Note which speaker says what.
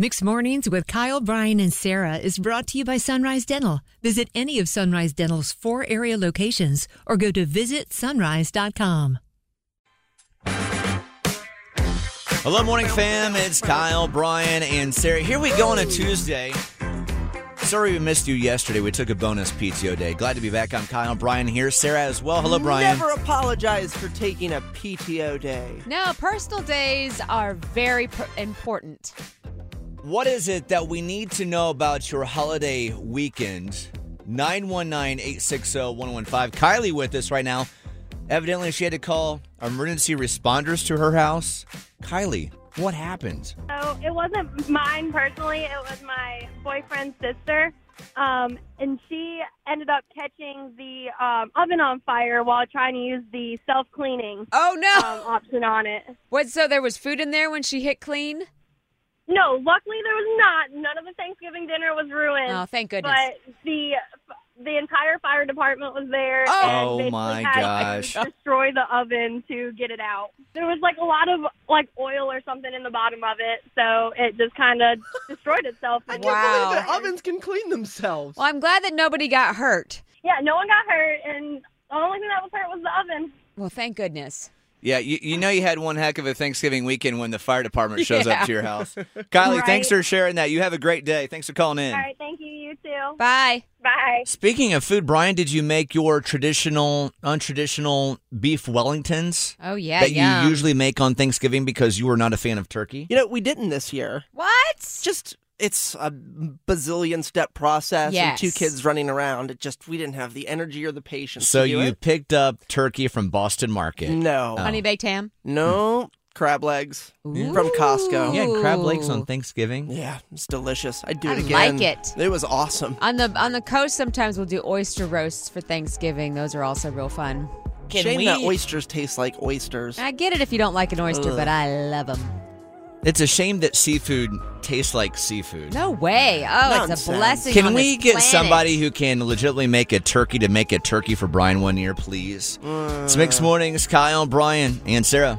Speaker 1: Mixed Mornings with Kyle, Brian, and Sarah is brought to you by Sunrise Dental. Visit any of Sunrise Dental's four area locations or go to visitsunrise.com.
Speaker 2: Hello, morning fam. It's Kyle, Brian, and Sarah. Here we go on a Tuesday. Sorry we missed you yesterday. We took a bonus PTO day. Glad to be back. I'm Kyle, Brian here, Sarah as well. Hello, Brian.
Speaker 3: Never apologize for taking a PTO day.
Speaker 4: No, personal days are very per- important.
Speaker 2: What is it that we need to know about your holiday weekend? oh, 919-860-115. Kylie with us right now. Evidently, she had to call emergency responders to her house. Kylie, what happened?
Speaker 5: So it wasn't mine personally. It was my boyfriend's sister, um, and she ended up catching the um, oven on fire while trying to use the self cleaning
Speaker 4: Oh
Speaker 5: um,
Speaker 4: no!
Speaker 5: option on it.
Speaker 4: What? So there was food in there when she hit clean?
Speaker 5: No, luckily there was not. None of the Thanksgiving dinner was ruined.
Speaker 4: Oh, thank goodness.
Speaker 5: But the the entire fire department was there.
Speaker 2: Oh. Oh,
Speaker 5: and basically
Speaker 2: my
Speaker 5: had to
Speaker 2: gosh.
Speaker 5: Destroy the oven to get it out. There was like a lot of like oil or something in the bottom of it, so it just kind of destroyed itself.
Speaker 3: I can't
Speaker 4: Wow.
Speaker 3: believe that ovens can clean themselves.
Speaker 4: Well, I'm glad that nobody got hurt.
Speaker 5: Yeah, no one got hurt, and the only thing that was hurt was the oven.
Speaker 4: Well, thank goodness.
Speaker 2: Yeah, you, you know you had one heck of a Thanksgiving weekend when the fire department shows up
Speaker 4: Yeah.
Speaker 2: to your house. Kylie,
Speaker 5: Right.
Speaker 2: thanks for sharing that. You have a great day. Thanks for calling in.
Speaker 5: All right, thank you. You too.
Speaker 4: Bye.
Speaker 5: Bye.
Speaker 2: Speaking of food, Brian, did you make your traditional, untraditional beef Wellingtons
Speaker 4: Oh yeah,
Speaker 2: that
Speaker 4: yeah.
Speaker 2: you usually make on Thanksgiving because you were not a fan of turkey?
Speaker 3: You know, we didn't this year. It's
Speaker 4: what?
Speaker 3: just it's a bazillion step process and two
Speaker 4: Yes.
Speaker 3: kids running around. It just we didn't have the energy or the patience.
Speaker 2: So
Speaker 3: to do
Speaker 2: you Oh.
Speaker 3: it.
Speaker 2: picked up turkey from Boston Market.
Speaker 3: no
Speaker 4: Honey baked ham
Speaker 3: no crab legs
Speaker 4: Ooh.
Speaker 3: from Costco.
Speaker 2: Yeah, crab legs on
Speaker 4: Ooh.
Speaker 2: Thanksgiving.
Speaker 3: Yeah, it's delicious. I'd do it
Speaker 4: I
Speaker 3: again.
Speaker 4: like it.
Speaker 3: It was awesome.
Speaker 4: on the on the coast. Sometimes we'll do oyster roasts for Thanksgiving. Those are also real fun.
Speaker 3: Shame that oysters taste like oysters.
Speaker 4: I get it if you don't like an oyster, but I love them.
Speaker 2: It's a shame that seafood tastes like seafood.
Speaker 4: No way. Oh,
Speaker 3: Nonsense.
Speaker 4: it's a blessing.
Speaker 2: Can
Speaker 4: on
Speaker 2: we
Speaker 4: this
Speaker 2: get
Speaker 4: planet.
Speaker 2: somebody who can legitimately make a turkey to make a turkey for Brian one year, please? It's mixed mornings, Kyle, Brian, and Sarah.